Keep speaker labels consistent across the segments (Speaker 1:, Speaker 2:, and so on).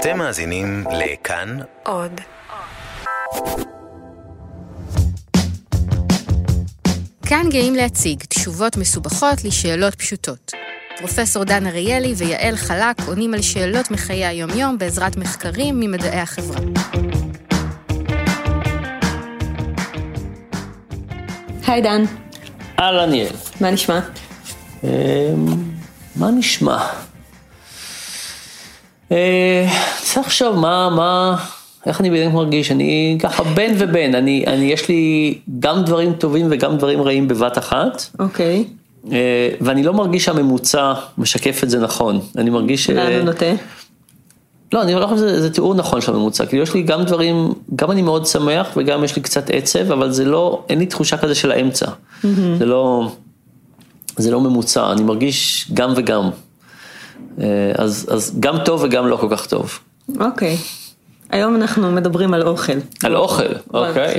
Speaker 1: אתם מאזינים לכאן
Speaker 2: עוד.
Speaker 3: כאן גאים להציג תשובות מסובכות לשאלות פשוטות. פרופסור דן אריאלי ויעל חלק עונים על שאלות מחיי היומיום בעזרת מחקרים ממדעי החברה.
Speaker 4: היי דן,
Speaker 5: אהלן יעל.
Speaker 4: מה נשמע?
Speaker 5: אמ, מה נשמע? אה, צריך לחשוב מה, מה, איך אני בדיוק מרגיש, אני ככה בין ובין, אני, אני, יש לי גם דברים טובים וגם דברים רעים בבת אחת,
Speaker 4: אוקיי,
Speaker 5: אה, ואני לא מרגיש שהממוצע משקף את זה נכון, אני מרגיש... ש-
Speaker 4: לאן הוא נוטה?
Speaker 5: לא, אני לא חושב שזה זה תיאור נכון של הממוצע, כאילו יש לי גם דברים, גם אני מאוד שמח וגם יש לי קצת עצב, אבל זה לא, אין לי תחושה כזה של האמצע. זה לא, זה לא ממוצע, אני מרגיש גם וגם. אה, אז, אז גם טוב וגם לא כל כך טוב.
Speaker 4: אוקיי. היום אנחנו מדברים על אוכל.
Speaker 5: על אוכל, אוקיי.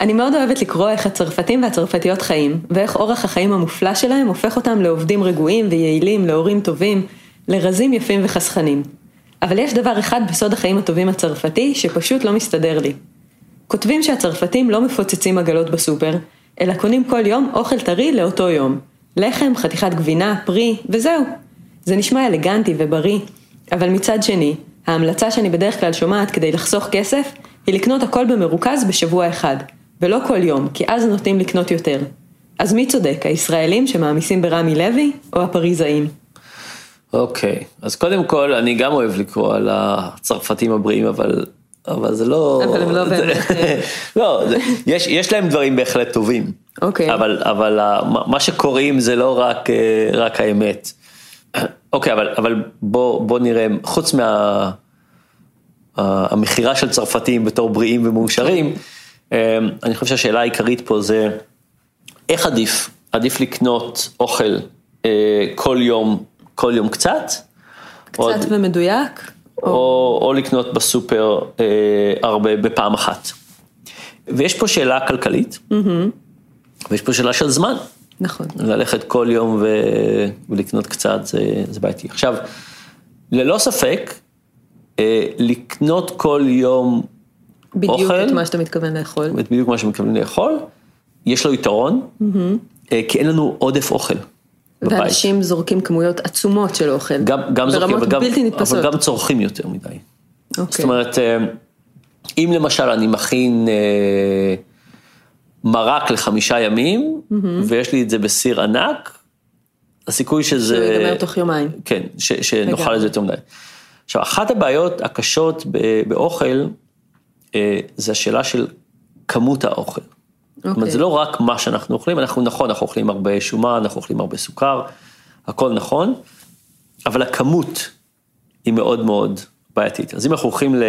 Speaker 4: אני מאוד אוהבת לקרוא איך הצרפתים והצרפתיות חיים, ואיך אורח החיים המופלא שלהם הופך אותם לעובדים רגועים ויעילים, להורים טובים, לרזים יפים וחסכנים. אבל יש דבר אחד בסוד החיים הטובים הצרפתי, שפשוט לא מסתדר לי. כותבים שהצרפתים לא מפוצצים עגלות בסופר, אלא קונים כל יום אוכל טרי לאותו יום. לחם, חתיכת גבינה, פרי, וזהו. זה נשמע אלגנטי ובריא, אבל מצד שני, ההמלצה שאני בדרך כלל שומעת כדי לחסוך כסף, היא לקנות הכל במרוכז בשבוע אחד, ולא כל יום, כי אז נוטים לקנות יותר. אז מי צודק, הישראלים שמעמיסים ברמי לוי, או הפריזאים?
Speaker 5: אוקיי, אז קודם כל, אני גם אוהב לקרוא על הצרפתים הבריאים, אבל, אבל זה לא...
Speaker 4: אבל הם לא באמת, אה.
Speaker 5: לא, זה, יש, יש להם דברים בהחלט טובים.
Speaker 4: אוקיי.
Speaker 5: אבל, אבל ה- מה- מה שקוראים זה לא רק, אה, רק האמת. אוקיי, אבל, אבל בוא, בוא נראה, חוץ מה... ה- המכירה של צרפתים בתור בריאים ומאושרים, אה, אני חושב שהשאלה העיקרית פה זה איך עדיף, עדיף לקנות אוכל אה, כל יום, כל יום קצת, עוד-
Speaker 4: קצת לא. ומדויק?
Speaker 5: או, או לקנות בסופר אה, הרבה בפעם אחת. ויש פה שאלה כלכלית, ויש פה שאלה של זמן.
Speaker 4: נכון.
Speaker 5: ללכת כל יום ו... ולקנות קצת זה, זה בעייתי. עכשיו, ללא ספק, אה, לקנות כל יום
Speaker 4: בדיוק
Speaker 5: אוכל,
Speaker 4: את מה שאתה מתכוון לאכול.
Speaker 5: את בדיוק מה שמתכוונים לאכול, יש לו יתרון, אה, כי אין לנו עודף אוכל בבית.
Speaker 4: ואנשים זורקים כמויות עצומות של אוכל.
Speaker 5: גם, גם זורקים,
Speaker 4: ברמות
Speaker 5: אבל גם,
Speaker 4: בלתי נתפסות.
Speaker 5: אבל גם צורכים יותר מדי. Okay.
Speaker 4: אוקיי.
Speaker 5: זאת אומרת, אה, אם למשל אני מכין אה, מרק לחמישה ימים, ויש לי את זה בסיר ענק, הסיכוי שזה...
Speaker 4: שהוא לא ייגמר תוך יומיים.
Speaker 5: כן, ש, שנאכל
Speaker 4: לגמרי.
Speaker 5: את זה יותר מדי. עכשיו, אחת הבעיות הקשות ב, באוכל, אה, זה השאלה של כמות האוכל. זאת אומרת,
Speaker 4: אוקיי.
Speaker 5: זה לא רק מה שאנחנו אוכלים, אנחנו נכון, אנחנו אוכלים הרבה שומן, אנחנו אוכלים הרבה סוכר, הכל נכון, אבל הכמות היא מאוד מאוד בעייתית. אז אם אנחנו הולכים ל...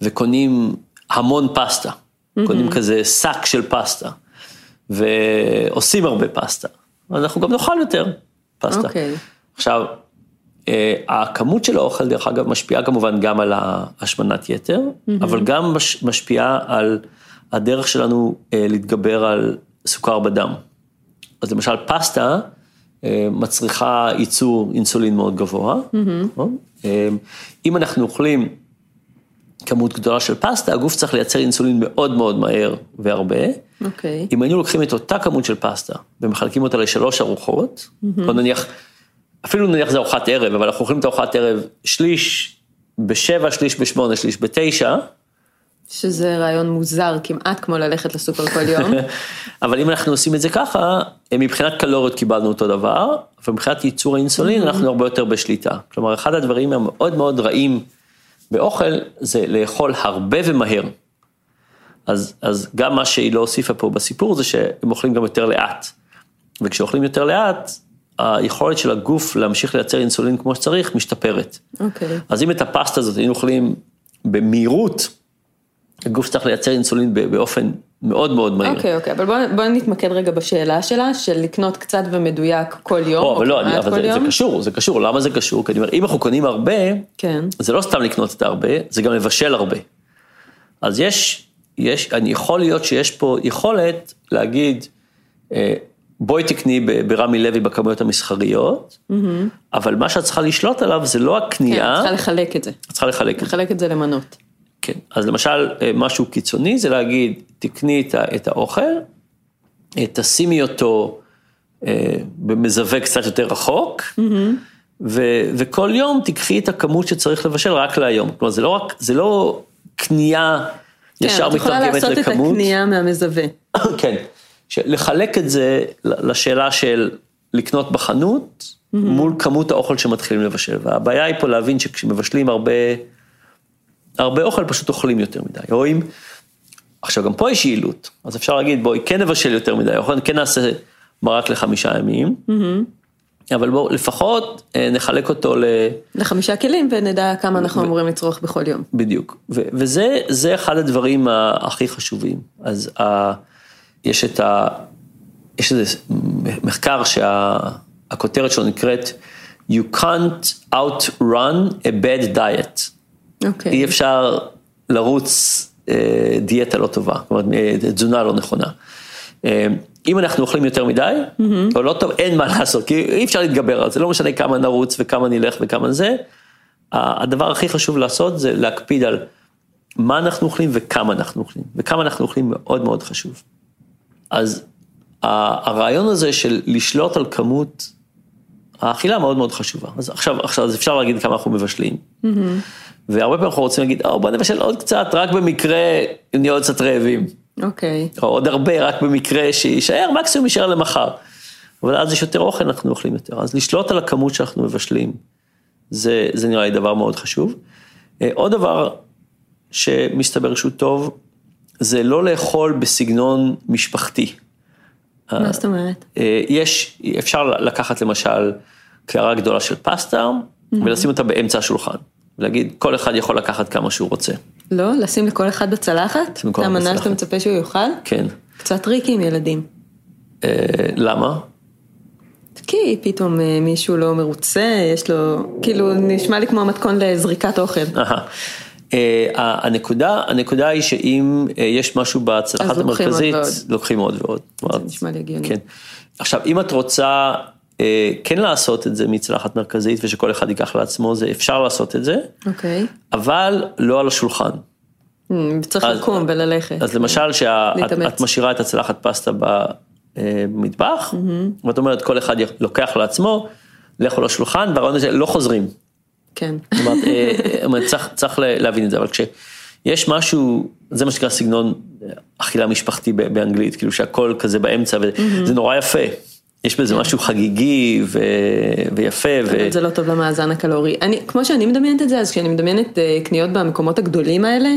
Speaker 5: וקונים המון פסטה, קונים כזה שק של פסטה, ועושים הרבה פסטה, אז אנחנו גם נאכל יותר פסטה.
Speaker 4: אוקיי.
Speaker 5: עכשיו, אה, הכמות של האוכל, דרך אגב, משפיעה כמובן גם על השמנת יתר, אבל גם מש- משפיעה על הדרך שלנו אה, להתגבר על סוכר בדם. אז למשל פסטה אה, מצריכה ייצור אינסולין מאוד גבוה. נכון? אה, אם אנחנו אוכלים כמות גדולה של פסטה, הגוף צריך לייצר אינסולין מאוד מאוד מהר והרבה.
Speaker 4: אוקיי.
Speaker 5: אם היינו לוקחים את אותה כמות של פסטה ומחלקים אותה לשלוש ארוחות, או נניח, אפילו נניח זה ארוחת ערב, אבל אנחנו אוכלים את ארוחת ערב שליש בשבע, שליש בשמונה, שליש בתשע,
Speaker 4: שזה רעיון מוזר, כמעט כמו ללכת לסופר כל יום.
Speaker 5: אבל אם אנחנו עושים את זה ככה, אה, מבחינת קלוריות קיבלנו אותו דבר, ומבחינת ייצור האינסולין אנחנו הרבה יותר בשליטה. כלומר, אחד הדברים המאוד מאוד רעים באוכל, זה לאכול הרבה ומהר. אז, אז גם מה שהיא לא הוסיפה פה בסיפור זה שהם אוכלים גם יותר לאט. וכשאוכלים יותר לאט, היכולת של הגוף להמשיך לייצר אינסולין כמו שצריך משתפרת.
Speaker 4: אוקיי.
Speaker 5: אז אם את הפסטה הזאת היינו אוכלים במהירות, הגוף צריך לייצר אינסולין ב- באופן מאוד מאוד מהיר.
Speaker 4: אוקיי, אוקיי, אבל בואו בוא נתמקד רגע בשאלה שלה, של לקנות קצת ומדויק כל יום,
Speaker 5: לא, אבל לא, אני-
Speaker 4: כמעט
Speaker 5: אבל
Speaker 4: אוקיי, כל
Speaker 5: זה- זה
Speaker 4: יום.
Speaker 5: קשור, זה קשור, למה זה קשור? כי אני אומר, אם אנחנו קונים הרבה,
Speaker 4: כן,
Speaker 5: זה לא סתם לקנות את הרבה, זה גם לבשל הרבה. אז יש, יש, אני יכול להיות שיש פה יכולת להגיד, אה, בואי תקני ב- ברמי לוי בכמויות המסחריות, אבל מה שאת צריכה לשלוט עליו זה לא
Speaker 4: כן,
Speaker 5: הקנייה,
Speaker 4: צריכה לחלק את זה.
Speaker 5: את צריכה לחלק.
Speaker 4: לחלק את זה למנות.
Speaker 5: כן, אז למשל אה, משהו קיצוני זה להגיד, תקני את, ה- את האוכל, אה, תשימי אותו אה, במזווה קצת יותר רחוק,
Speaker 4: Mm-hmm.
Speaker 5: ו, וכל יום תיקחי את הכמות שצריך לבשל רק להיום. כלומר, זה לא, רק, זה לא קנייה ישר
Speaker 4: כן, את יכולה
Speaker 5: מתרגמת
Speaker 4: לעשות את
Speaker 5: לכמות.
Speaker 4: הקנייה מהמזווה.
Speaker 5: כן, ש- לחלק את זה ל- לשאלה של לקנות בחנות מול כמות האוכל שמתחילים לבשל. והבעיה היא פה להבין שכשמבשלים הרבה, הרבה אוכל פשוט אוכלים יותר מדי. או אם, עכשיו גם פה יש יעילות, אז אפשר להגיד בואי כן נבשל יותר מדי אוכל, כן נעשה מרק לחמישה ימים, אבל בואו לפחות אה, נחלק אותו ל...
Speaker 4: לחמישה כלים ונדע כמה אנחנו אמורים לצרוך בכל יום.
Speaker 5: בדיוק, ו- וזה זה אחד הדברים ה- הכי חשובים. אז ה- יש את ה... יש איזה מ- מחקר שהכותרת שלו נקראת You can't outrun a bad diet. אי
Speaker 4: אוקיי.
Speaker 5: אפשר לרוץ אה, דיאטה לא טובה, זאת אומרת אה, תזונה לא נכונה. אה, אם אנחנו אוכלים יותר מדי, או לא טוב, אין מה לעשות, כי אי אפשר להתגבר על זה, לא משנה כמה נרוץ וכמה נלך וכמה זה. ה- הדבר הכי חשוב לעשות זה להקפיד על מה אנחנו אוכלים וכמה אנחנו אוכלים, וכמה אנחנו אוכלים מאוד מאוד חשוב. אז ה- הרעיון הזה של לשלוט על כמות האכילה מאוד מאוד חשובה. אז עכשיו, עכשיו אז אפשר להגיד כמה אנחנו מבשלים. והרבה פעמים אנחנו רוצים להגיד, או בוא נבשל עוד קצת, רק במקרה נהיה עוד קצת רעבים.
Speaker 4: אוקיי.
Speaker 5: או עוד הרבה, רק במקרה שיישאר, מקסימום יישאר למחר. אבל אז יש יותר אוכל, אנחנו אוכלים יותר. אז לשלוט על הכמות שאנחנו מבשלים, זה, זה נראה לי דבר מאוד חשוב. אה, עוד דבר שמסתבר שהוא טוב, זה לא לאכול בסגנון משפחתי.
Speaker 4: מה זאת אומרת?
Speaker 5: אה, יש, אפשר לקחת למשל קערה גדולה של פסטה, ולשים אותה באמצע השולחן. ולהגיד, כל אחד יכול לקחת כמה שהוא רוצה.
Speaker 4: לא? לשים לכל אחד בצלחת?
Speaker 5: לכל
Speaker 4: זה
Speaker 5: אחד
Speaker 4: המנה
Speaker 5: בצלחת.
Speaker 4: שאתה מצפה שהוא יאכל?
Speaker 5: כן.
Speaker 4: קצת טריקי עם ילדים.
Speaker 5: אה, למה?
Speaker 4: כי פתאום אה, מישהו לא מרוצה, יש לו, כאילו, נשמע לי כמו מתכון לזריקת אוכל.
Speaker 5: אהה. אה, ה- הנקודה, הנקודה היא שאם אה, יש משהו
Speaker 4: אז
Speaker 5: בהצלחת
Speaker 4: לוקחים עוד
Speaker 5: המרכזית,
Speaker 4: ועוד.
Speaker 5: לוקחים עוד ועוד. כלומר,
Speaker 4: נשמע לי הגיוני.
Speaker 5: כן. עכשיו, אם את רוצה אה, כן לעשות את זה מצלחת מרכזית ושכל אחד ייקח לעצמו, זה אפשר לעשות את זה,
Speaker 4: אוקיי.
Speaker 5: אבל לא על השולחן.
Speaker 4: אמ, צריך
Speaker 5: אז-
Speaker 4: לקום וללכת.
Speaker 5: אז למשל, שאת
Speaker 4: אוקיי. להתאמץ.
Speaker 5: את משאירה את הצלחת פסטה במטבח, ואת אומרת, כל אחד י- לוקח לעצמו, לכו לשולחן, והרעיון הזה לא חוזרים.
Speaker 4: כן.
Speaker 5: זאת אומרת, אה, אה, אומרת, צריך, צריך ל- להבין את זה, אבל כשיש משהו, זה מה שנקרא סגנון אה, אכילה משפחתי ב- באנגלית, כאילו שהכל כזה באמצע,
Speaker 4: Mm-hmm.
Speaker 5: וזה נורא יפה. יש בזה משהו חגיגי ו... ויפה, ו...
Speaker 4: כן. אבל זה לא טוב למאזן הקלורי. אני, כמו שאני מדמיינת את זה, אז כשאני מדמיינת אה, קניות במקומות הגדולים האלה,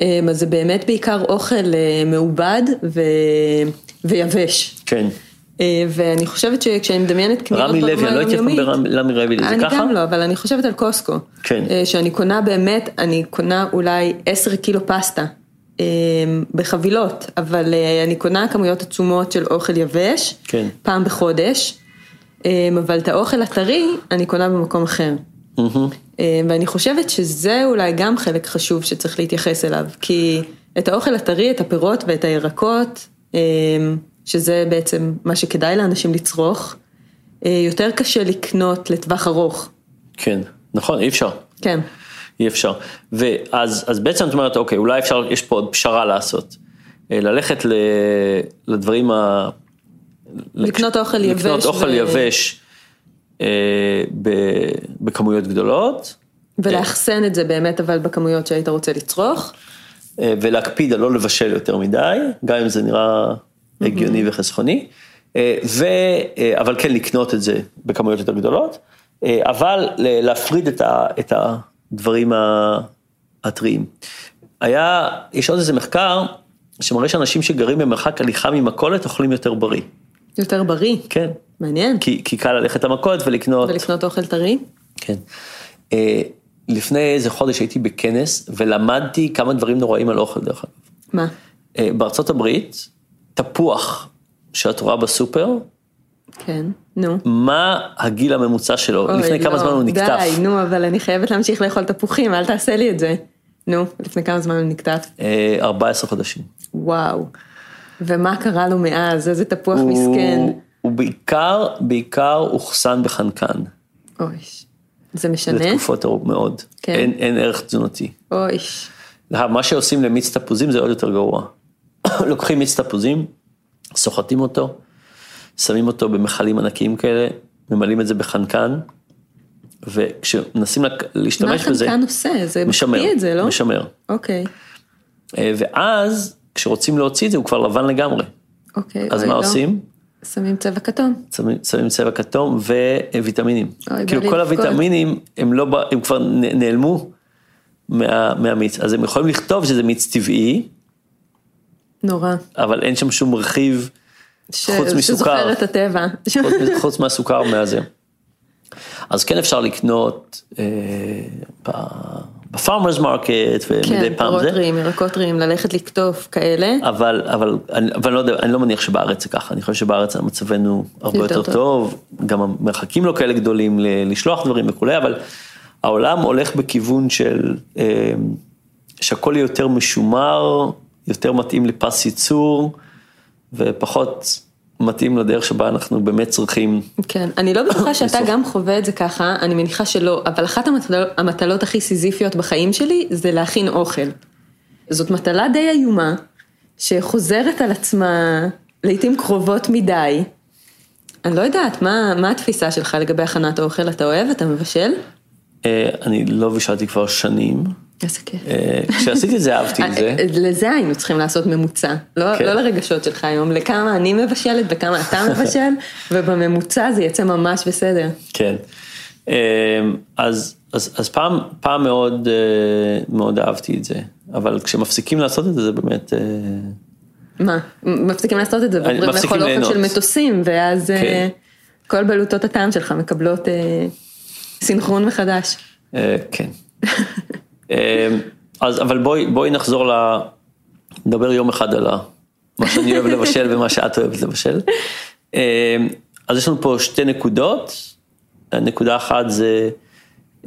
Speaker 4: אה, אז זה באמת בעיקר אוכל אה, מעובד ו... ויבש.
Speaker 5: כן.
Speaker 4: אה, ואני חושבת שכשאני מדמיינת קניות
Speaker 5: רמי לוי, אני לא הייתי אף פעם
Speaker 4: כן, היומיומית-
Speaker 5: ברמי לוי, זה
Speaker 4: אני
Speaker 5: ככה?
Speaker 4: גם לא, אבל אני חושבת על קוסקו.
Speaker 5: כן.
Speaker 4: אה, שאני קונה באמת, אני קונה אולי 10 קילו פסטה אה, בחבילות, אבל אה, אני קונה כמויות עצומות של אוכל יבש,
Speaker 5: כן.
Speaker 4: פעם בחודש, אה, אבל את האוכל הטרי אני קונה במקום אחר.
Speaker 5: Mm-hmm.
Speaker 4: אה, ואני חושבת שזה אולי גם חלק חשוב שצריך להתייחס אליו, כי את האוכל הטרי, את הפירות ואת הירקות, אה, שזה בעצם מה שכדאי לאנשים לצרוך, אה, יותר קשה לקנות לטווח ארוך.
Speaker 5: כן, נכון, אי אפשר.
Speaker 4: כן,
Speaker 5: אי אפשר. ואז אז בעצם את אומרת, אוקיי, אולי אפשר, יש פה עוד פשרה לעשות. אה, ללכת ל, לדברים ה...
Speaker 4: לקנות אוכל יבש
Speaker 5: לקנות
Speaker 4: ו-
Speaker 5: אוכל יבש אה, ב, בכמויות גדולות,
Speaker 4: ולאחסן את זה באמת אבל בכמויות שהיית רוצה לצרוך.
Speaker 5: אה, ולהקפיד על לא לבשל יותר מדי, גם אם זה נראה הגיוני וחסכוני, אה, ו, אה, אבל כן לקנות את זה בכמויות יותר גדולות, אה, אבל ל- להפריד את, ה, את הדברים ה- הטריים. היה, יש עוד איזה מחקר שמראה שאנשים שגרים במרחק הליכה ממכולת אוכלים יותר בריא,
Speaker 4: יותר בריא,
Speaker 5: כן.
Speaker 4: מעניין,
Speaker 5: כי, כי קל ללכת למכולת ולקנות.
Speaker 4: ולקנות אוכל טרי.
Speaker 5: כן. אה, לפני איזה חודש הייתי בכנס ולמדתי כמה דברים נוראים על אוכל דרך אגב.
Speaker 4: מה?
Speaker 5: אה, בארצות הברית, תפוח שאת רואה בסופר,
Speaker 4: כן, נו.
Speaker 5: מה הגיל הממוצע שלו,
Speaker 4: אוי,
Speaker 5: לפני כמה
Speaker 4: לא,
Speaker 5: זמן הוא נקטף.
Speaker 4: די, נו, אבל אני חייבת להמשיך לאכול תפוחים, אל תעשה לי את זה. נו, לפני כמה זמן הוא נקטף.
Speaker 5: אה, 14 חודשים.
Speaker 4: וואו. ומה קרה לו מאז? איזה תפוח מסכן.
Speaker 5: הוא- הוא בעיקר, בעיקר אוכסן בחנקן.
Speaker 4: אוי, זה משנה?
Speaker 5: לתקופות ארוכות מאוד.
Speaker 4: כן.
Speaker 5: אין, אין ערך תזונתי. אה,
Speaker 4: אוי,
Speaker 5: מה שעושים למיץ תפוזים זה עוד יותר גרוע. לוקחים מיץ תפוזים, סוחטים אותו, שמים אותו במכלים ענקיים כאלה, ממלאים את זה בחנקן, וכשמנסים לק-
Speaker 4: מה
Speaker 5: להשתמש בזה,
Speaker 4: החנקן עושה? זה
Speaker 5: משמר,
Speaker 4: מקפיא את זה, לא?
Speaker 5: משמר.
Speaker 4: אוקיי,
Speaker 5: אה, ואז כשרוצים להוציא את זה הוא כבר לבן לגמרי.
Speaker 4: אוקיי.
Speaker 5: אז
Speaker 4: אוי,
Speaker 5: מה
Speaker 4: לא.
Speaker 5: עושים?
Speaker 4: שמים צבע כתום.
Speaker 5: שמים- שמים צבע כתום וויטמינים.
Speaker 4: אוי, בא
Speaker 5: כאילו
Speaker 4: לי
Speaker 5: כל
Speaker 4: לבכות.
Speaker 5: הוויטמינים הם לא, ב- הם כבר נ- נעלמו מה- מהמיץ. אז הם יכולים לכתוב שזה מיץ טבעי,
Speaker 4: נורא.
Speaker 5: אבל אין שם שום רכיב
Speaker 4: ש-
Speaker 5: חוץ
Speaker 4: שזוכר
Speaker 5: מסוכר.
Speaker 4: את הטבע.
Speaker 5: חוץ, חוץ מהסוכר מהזה. אז כן אפשר לקנות אה, ב- בפארמרס מרקט ומדי
Speaker 4: כן,
Speaker 5: פעם
Speaker 4: פירות
Speaker 5: זה,
Speaker 4: טריים, ירקות טריים, ללכת לקטוף כאלה.
Speaker 5: אבל, אבל, אני, אבל לא יודע, אני לא מניח שבארץ זה ככה, אני חושב שבארץ מצבנו הרבה
Speaker 4: יותר
Speaker 5: יותר,
Speaker 4: טוב.
Speaker 5: יותר טוב, גם המרחקים לא כאלה גדולים ל- לשלוח דברים וכולי, אבל העולם הולך בכיוון של, אה, שהכל יהיה יותר משומר, יותר מתאים לפס ייצור, ופחות מתאים לדרך שבה אנחנו באמת צריכים
Speaker 4: כן, אני לא בטוחה שאתה
Speaker 5: בסוף.
Speaker 4: גם חווה את זה ככה, אני מניחה שלא, אבל אחת המטל- המטלות הכי סיזיפיות בחיים שלי זה להכין אוכל. זאת מטלה די איומה, שחוזרת על עצמה לעיתים קרובות מדי. אני לא יודעת, מה, מה התפיסה שלך לגבי הכנת אוכל? אתה אוהב? אתה מבשל?
Speaker 5: אה, אני לא בישלתי כבר שנים.
Speaker 4: איזה כיף.
Speaker 5: אה, כשעשיתי את זה אהבתי את זה.
Speaker 4: אה, לזה היינו צריכים לעשות ממוצע, לא,
Speaker 5: כן.
Speaker 4: לא לרגשות שלך היום, לכמה אני מבשלת וכמה אתה מבשל, ובממוצע זה יצא ממש בסדר.
Speaker 5: כן. אה, אז, אז, אז פעם, פעם מאוד, אה, מאוד אהבתי את זה. אבל כשמפסיקים לעשות את זה, זה באמת... אה,
Speaker 4: מה? מפסיקים לעשות את זה, ועוברים
Speaker 5: מפסיקים
Speaker 4: לאכול אוכל
Speaker 5: ליהנות.
Speaker 4: של מטוסים, ואז אה,
Speaker 5: כן.
Speaker 4: כל בלוטות הטעם שלך מקבלות אה, סינכרון מחדש.
Speaker 5: אה, כן. אה, אז אבל בואי, בואי נחזור ל... נדבר יום אחד על ה- מה שאני אוהב לבשל ומה שאת אוהבת לבשל. אה, אז יש לנו פה שתי נקודות. נקודה אחת זה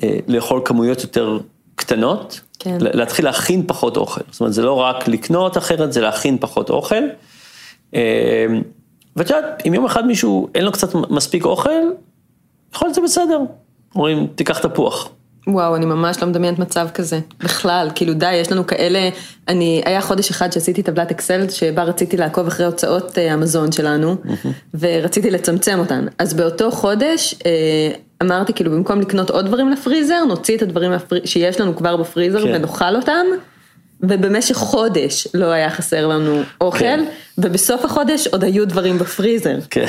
Speaker 5: אה, לאכול כמויות יותר קטנות,
Speaker 4: כן.
Speaker 5: לה- להתחיל להכין פחות אוכל. זאת אומרת, זה לא רק לקנות אחרת, זה להכין פחות אוכל. אה, ואת יודעת, אם יום אחד מישהו אין לו קצת מספיק אוכל, יכול להיות שזה בסדר. אומרים, תיקח תפוח.
Speaker 4: וואו, אני ממש לא מדמיינת מצב כזה. בכלל, כאילו די, יש לנו כאלה, אני, היה חודש אחד שעשיתי טבלת אקסל, שבה רציתי לעקוב אחרי הוצאות אה, המזון שלנו, ורציתי לצמצם אותן. אז באותו חודש, אה, אמרתי, כאילו, במקום לקנות עוד דברים לפריזר, נוציא את הדברים מהפר- שיש לנו כבר בפריזר
Speaker 5: כן.
Speaker 4: ונאכל אותם. ובמשך חודש לא היה חסר לנו אוכל,
Speaker 5: כן.
Speaker 4: ובסוף החודש עוד היו דברים בפריזר.
Speaker 5: כן.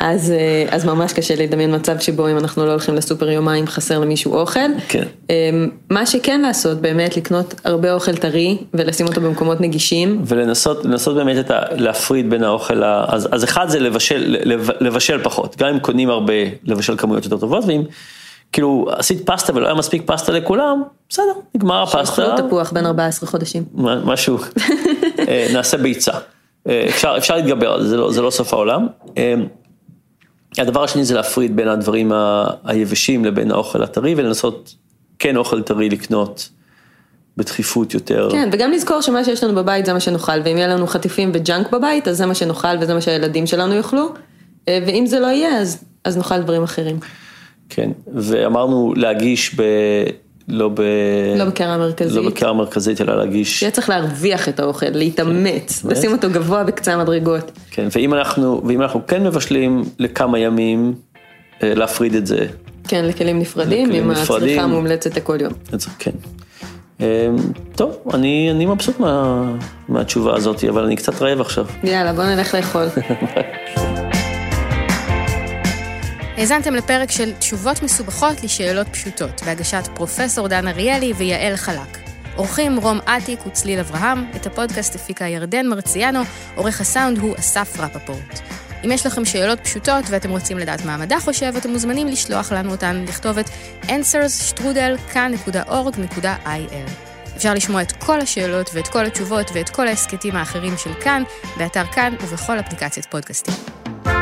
Speaker 4: אז, אה, אז ממש קשה לדמיין מצב שבו אם אנחנו לא הולכים לסופר יומיים חסר למישהו אוכל.
Speaker 5: כן.
Speaker 4: אה, מה שכן לעשות באמת לקנות הרבה אוכל טרי ולשים אותו במקומות נגישים.
Speaker 5: ולנסות לנסות באמת את ה, להפריד בין האוכל, ה, אז, אז אחד זה לבשל, לב, לבשל פחות, גם אם קונים הרבה, לבשל כמויות יותר טובות, ואם כאילו עשית פסטה ולא היה מספיק פסטה לכולם, בסדר, נגמר הפסטה,
Speaker 4: אכלו לא תפוח בין 14 חודשים.
Speaker 5: מה- משהו, אה, נעשה ביצה. אה, אפשר, אפשר להתגבר על זה, זה לא, זה לא סוף העולם. אה, הדבר השני זה להפריד בין הדברים ה- היבשים לבין האוכל הטרי ולנסות כן אוכל טרי לקנות בדחיפות יותר.
Speaker 4: כן, וגם לזכור שמה שיש לנו בבית זה מה שנאכל, ואם יהיה לנו חטיפים וג'אנק בבית, אז זה מה שנאכל וזה מה שהילדים שלנו יאכלו, אה, ואם זה לא יהיה, אז, אז נאכל דברים אחרים.
Speaker 5: כן, ואמרנו להגיש ב... לא ב...
Speaker 4: לא בקרן המרכזית. כן.
Speaker 5: לא בקרן המרכזית, אלא להגיש...
Speaker 4: שיהיה צריך להרוויח את האוכל, להתאמץ, לשים אותו גבוה בקצה המדרגות.
Speaker 5: כן, ואם אנחנו, ואם אנחנו כן מבשלים לכמה ימים, אה, להפריד את זה.
Speaker 4: כן, לכלים נפרדים,
Speaker 5: לכלים
Speaker 4: עם הצריכה
Speaker 5: נפרדים.
Speaker 4: המומלצת לכל יום.
Speaker 5: את זה, כן. אה, טוב, אני, אני מבסוט מה, מהתשובה הזאת, אבל אני קצת רעב עכשיו.
Speaker 4: יאללה, בוא נלך לאכול.
Speaker 3: האזנתם לפרק של תשובות מסובכות לשאלות פשוטות, בהגשת פרופסור דן אריאלי ויעל חלק. עורכים רום אטיק וצליל אברהם, את הפודקאסט הפיקה ירדן מרציאנו, עורך הסאונד הוא אסף רפפורט. אם יש לכם שאלות פשוטות ואתם רוצים לדעת מה המדע חושב, אתם מוזמנים לשלוח לנו אותן לכתובת answersstrudel.org.il. אפשר לשמוע את כל השאלות ואת כל התשובות ואת כל ההסכתים האחרים של כאן, באתר כאן ובכל אפליקציית פודקאסטים.